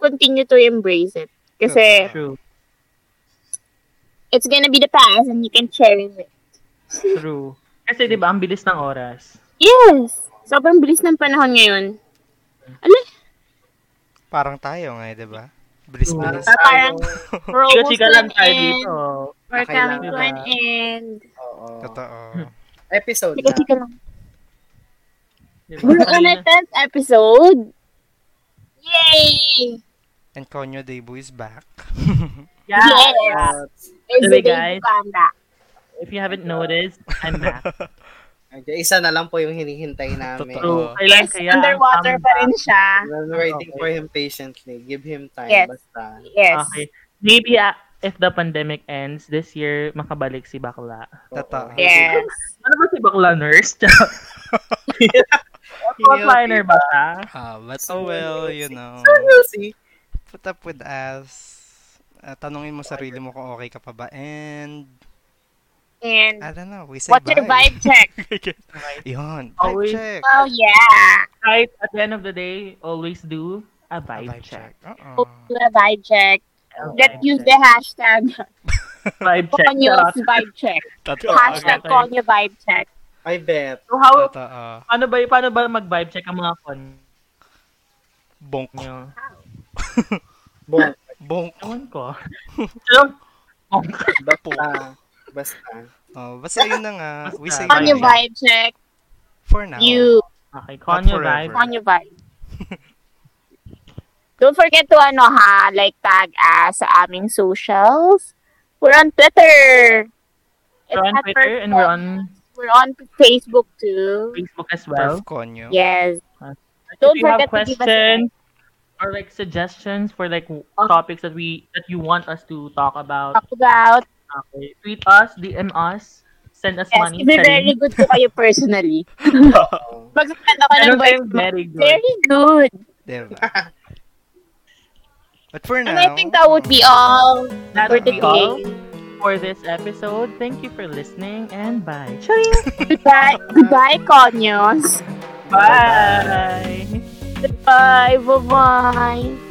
S2: Continue to embrace it. Kasi
S1: True,
S2: it's gonna be the past and you can cherish it.
S1: true. Kasi diba, ang bilis ng oras.
S2: Yes! Sobrang bilis ng panahon ngayon. Ano?
S3: Parang tayo nga, eh, di ba? Bilis-bilis.
S2: Ah, parang We're almost
S1: Chika-chika
S2: to
S1: lang
S2: an
S1: tayo
S2: end.
S1: dito.
S2: We're coming to an
S1: Kailangan.
S2: end.
S4: Oo.
S3: <laughs> Totoo.
S4: Episode
S2: <laughs>
S4: na.
S2: Chika-chika lang.
S1: Diba?
S2: We're on our 10th episode. Yay!
S3: And Konyo Debo is back. <laughs>
S1: Yeah.
S2: Yes!
S4: At,
S2: It's
S1: Sabi,
S2: the day
S1: guys.
S2: to panda.
S1: If you haven't noticed, I'm
S3: <laughs>
S1: back.
S4: medyo isa na lang po yung hinihintay namin.
S1: So,
S3: Totoo.
S1: kailan
S2: Yes,
S1: kaya ang
S2: underwater pa rin siya.
S4: We're waiting
S1: Okay.
S4: for him patiently. Give him time.
S2: Ah. Yes.
S4: Basta.
S2: Yes.
S1: Okay. Maybe ah, if the pandemic ends, this year, makabalik si Bakla.
S3: Totoo.
S4: Oo.
S2: Yes.
S1: Ano ba si Bakla nurse? <laughs> Frontliner ba siya?
S3: Ah, but oh well, you know.
S4: We'll see.
S3: Put up with us. Ah, tanungin mo sarili mo kung okay ka pa ba. And,
S2: And
S3: I don't know, we say
S2: what's
S3: bye.
S2: your vibe
S3: <laughs>
S2: check?
S3: Yun, vibe
S1: Always
S3: check.
S2: Oh, yeah.
S1: Right? At the end of the day, always do a
S3: Ah,
S1: vibe, check. Oh,
S3: Oo.
S2: Hope you have vibe check. Let's use the hashtag.
S1: Vibe check.
S2: Konyo's vibe check.
S3: Totoo.
S1: Oh,
S2: Hashtag
S1: okay.
S2: Konyo vibe check.
S4: I bet.
S1: So how,
S3: Totoo.
S1: paano ba, paano ba mag-vibe check ang mga kon
S3: Bonk.
S1: nyo?
S3: <laughs>
S4: Bonk.
S3: Bonk.
S1: Ewan <laughs> ko. So,
S4: Basta. Basta.
S2: <laughs>
S3: Oh, basta yun na nga. We say
S1: Konyo
S2: Konyo
S3: bye.
S2: vibe check.
S3: For now.
S2: You.
S1: okay, konyo
S3: forever.
S1: vibe.
S2: Konyo
S1: <laughs>
S2: vibe. Don't forget to ano ha, like tag us sa aming socials. We're on Twitter.
S1: We're on
S2: It's at
S1: Twitter and we're on
S2: We're on Facebook too.
S1: Facebook as well.
S3: Perf Konyo.
S2: Yes.
S1: If
S2: Don't
S1: you have
S2: forget to give us a
S1: questions or like suggestions for like w-
S2: Oh.
S1: topics that we that you want us to talk about,
S2: Talk about.
S1: okay, tweet us, DM us, send us
S2: Yes,
S1: money.
S2: be very good po kayo
S1: <laughs>
S2: personally.
S4: Oo.
S2: Mag-send ako ng
S1: Meron
S2: voice
S1: tayong
S2: note.
S1: very good.
S2: Very good.
S3: <laughs> Diba? But for now.
S2: And I think that would be all
S1: That would
S2: for
S1: be all
S2: today.
S1: for this episode. Thank you for listening and bye.
S2: Goodbye, goodbye, Conyos.
S1: Bye.
S2: Goodbye, bye-bye.